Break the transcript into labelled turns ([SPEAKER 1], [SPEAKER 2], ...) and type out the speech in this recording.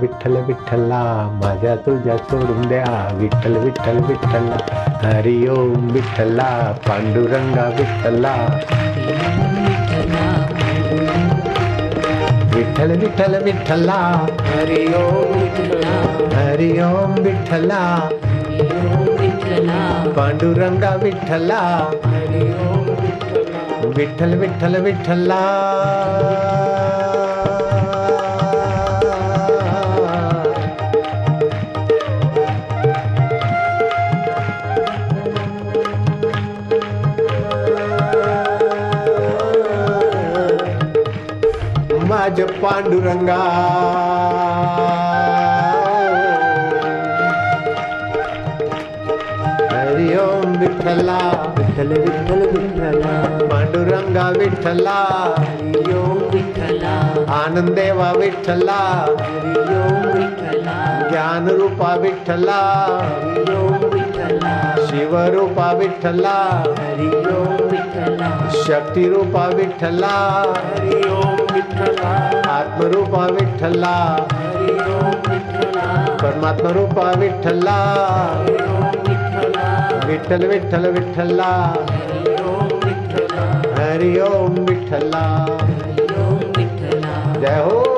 [SPEAKER 1] विठ्ठल विठ्ठला माझ्या तुझ्या सोडून द्या विठ्ठल विठ्ठल विठ्ठला हरी ओम विठ्ठला पांडुरंगा विठ्ठला विठ्ठल विठ्ठल विठ्ठला
[SPEAKER 2] हरि ओम विठ्ठला
[SPEAKER 1] हरी ओम विठ्ठला
[SPEAKER 2] हरि ओम विठ्ठला
[SPEAKER 1] पांडुरंगा विठ्ठला
[SPEAKER 2] हरि ओम विठ्ठला
[SPEAKER 1] विठ्ठल विठ्ठल विठ्ठला माझ पांडुरंगा हरि ओम विठ्ठला
[SPEAKER 2] विठ्ठल विठ्ठल विठ्ठला
[SPEAKER 1] पांडुरंगा विठ्ठला
[SPEAKER 2] हरि ओम विठ्ठला
[SPEAKER 1] आनंदेवा विठ्ठला
[SPEAKER 2] हरि ओम विठ्ठला
[SPEAKER 1] ज्ञानरूपा विठ्ठला
[SPEAKER 2] हरि ओम विठ्ठला
[SPEAKER 1] शिवरूपा विठ्ठला
[SPEAKER 2] हरि ओम विठ्ठला
[SPEAKER 1] शक्तिरूपा विठ्ठला
[SPEAKER 2] हरि ओम विठ्ठला
[SPEAKER 1] आत्मरूपा विठ्ठला
[SPEAKER 2] हरि ओम विठ्ठला
[SPEAKER 1] परमात्मरूपा विठ्ठला
[SPEAKER 2] हरि ओम विठ्ठला
[SPEAKER 1] विठ्ठल विठ्ठल विठ्ठला
[SPEAKER 2] हरि ओम विठ्ठला
[SPEAKER 1] हरि ओम विठ्ठला
[SPEAKER 2] हरि ओम विठ्ठला
[SPEAKER 1] जय हो